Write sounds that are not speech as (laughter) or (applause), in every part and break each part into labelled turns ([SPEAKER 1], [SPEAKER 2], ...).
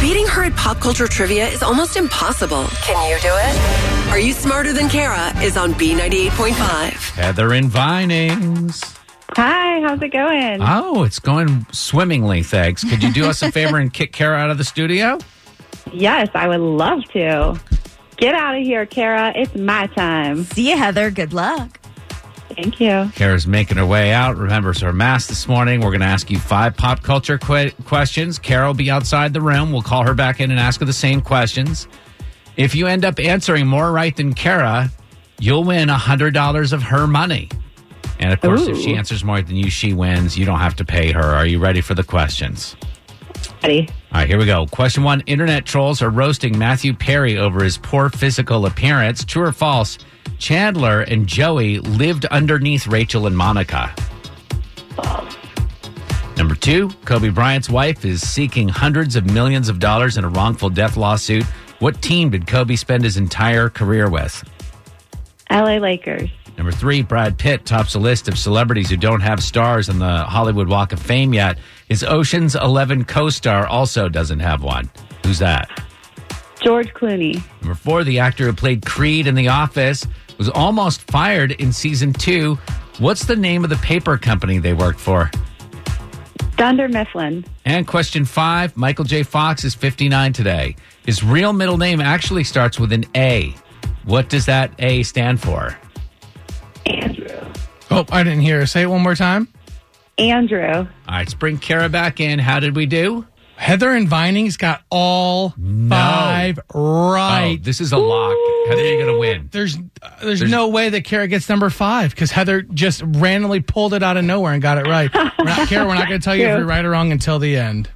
[SPEAKER 1] Beating her at pop culture trivia is almost impossible.
[SPEAKER 2] Can you do it?
[SPEAKER 1] Are You Smarter Than Kara is on B98.5.
[SPEAKER 3] Heather in Vinings.
[SPEAKER 4] Hi, how's it going?
[SPEAKER 3] Oh, it's going swimmingly, thanks. Could you do us a favor and kick Kara out of the studio?
[SPEAKER 4] yes, I would love to. Get out of here, Kara. It's my time.
[SPEAKER 5] See you, Heather. Good luck.
[SPEAKER 4] Thank you.
[SPEAKER 3] Kara's making her way out. Remembers her mask this morning. We're going to ask you five pop culture que- questions. Kara will be outside the room. We'll call her back in and ask her the same questions. If you end up answering more right than Kara, you'll win $100 of her money. And of course, if she
[SPEAKER 4] Ooh.
[SPEAKER 3] answers more than you, she wins. You don't have to pay her. Are you ready for the questions?
[SPEAKER 4] Ready?
[SPEAKER 3] All right, here we go. Question one Internet trolls are roasting Matthew Perry over his poor physical appearance. True or false? Chandler and Joey lived underneath Rachel and Monica. Number two, Kobe Bryant's wife is seeking hundreds of millions of dollars in a wrongful death lawsuit. What team did Kobe spend his entire career with?
[SPEAKER 4] LA Lakers.
[SPEAKER 3] Number three, Brad Pitt tops the list of celebrities who don't have stars on the Hollywood Walk of Fame yet. His Ocean's 11 co star also doesn't have one. Who's that?
[SPEAKER 4] George Clooney.
[SPEAKER 3] Number four, the actor who played Creed in The Office was almost fired in season two. What's the name of the paper company they worked for?
[SPEAKER 4] Dunder Mifflin.
[SPEAKER 3] And question five Michael J. Fox is 59 today. His real middle name actually starts with an A. What does that A stand for?
[SPEAKER 6] Oh, I didn't hear. Say it one more time.
[SPEAKER 4] Andrew.
[SPEAKER 3] All right, let's bring Kara back in. How did we do?
[SPEAKER 6] Heather and Vinings got all five right.
[SPEAKER 3] Oh, this is a lock. Heather, you're going to win.
[SPEAKER 6] there's, uh, there's no way that Kara gets number five because Heather just randomly pulled it out of nowhere and got it right. We're not, Kara, we're not going to tell you if
[SPEAKER 4] True.
[SPEAKER 6] you're right or wrong until the end.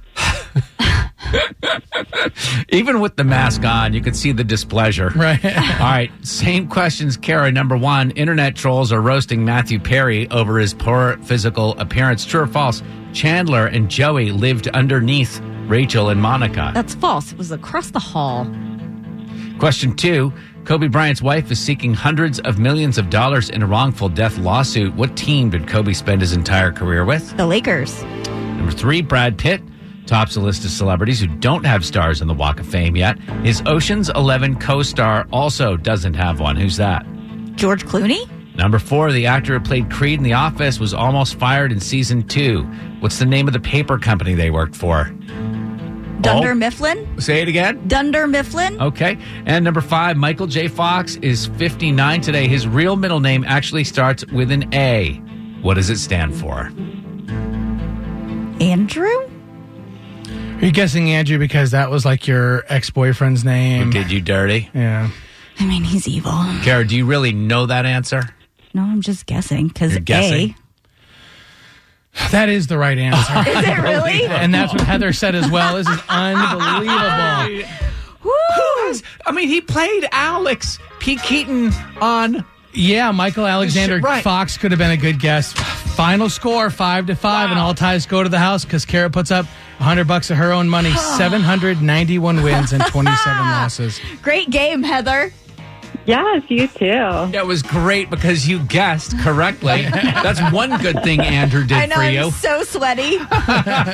[SPEAKER 3] Even with the mask on, you could see the displeasure.
[SPEAKER 6] Right.
[SPEAKER 3] (laughs) All right, same questions, Kara. Number one, internet trolls are roasting Matthew Perry over his poor physical appearance. True or false? Chandler and Joey lived underneath Rachel and Monica.
[SPEAKER 5] That's false. It was across the hall.
[SPEAKER 3] Question two Kobe Bryant's wife is seeking hundreds of millions of dollars in a wrongful death lawsuit. What team did Kobe spend his entire career with?
[SPEAKER 5] The Lakers.
[SPEAKER 3] Number three, Brad Pitt tops the list of celebrities who don't have stars on the Walk of Fame yet. His Ocean's 11 co star also doesn't have one. Who's that?
[SPEAKER 5] George Clooney.
[SPEAKER 3] Number four, the actor who played Creed in The Office was almost fired in season two. What's the name of the paper company they worked for?
[SPEAKER 5] Dunder
[SPEAKER 3] Oh.
[SPEAKER 5] Mifflin.
[SPEAKER 3] Say it again.
[SPEAKER 5] Dunder Mifflin.
[SPEAKER 3] Okay. And number five, Michael J. Fox is 59 today. His real middle name actually starts with an A. What does it stand for?
[SPEAKER 5] Andrew.
[SPEAKER 6] Are you guessing Andrew because that was like your ex boyfriend's name?
[SPEAKER 3] Did you (laughs) dirty?
[SPEAKER 6] Yeah.
[SPEAKER 5] I mean, he's evil.
[SPEAKER 3] Kara, do you really know that answer?
[SPEAKER 5] No, I'm just guessing because
[SPEAKER 3] You're
[SPEAKER 5] A.
[SPEAKER 3] guessing?
[SPEAKER 6] That is the
[SPEAKER 5] (laughs)
[SPEAKER 6] right answer.
[SPEAKER 3] (laughs)
[SPEAKER 5] Is it really?
[SPEAKER 6] and that's what Heather said as well. This is unbelievable.
[SPEAKER 5] Woo!
[SPEAKER 3] I mean, he played Alex P. Keaton on.
[SPEAKER 6] Yeah, Michael Alexander
[SPEAKER 3] Right.
[SPEAKER 6] Fox could have been a good guess. Final score five to five, and all ties go to the house because Kara puts up 100 bucks of her own money, 791 wins and 27 losses.
[SPEAKER 5] Great game, Heather.
[SPEAKER 4] Yes, you too.
[SPEAKER 3] That was great because you
[SPEAKER 5] (laughs)
[SPEAKER 3] guessed correctly. That's one good thing Andrew did
[SPEAKER 5] I know
[SPEAKER 3] for
[SPEAKER 5] I'm
[SPEAKER 3] you.
[SPEAKER 5] so sweaty.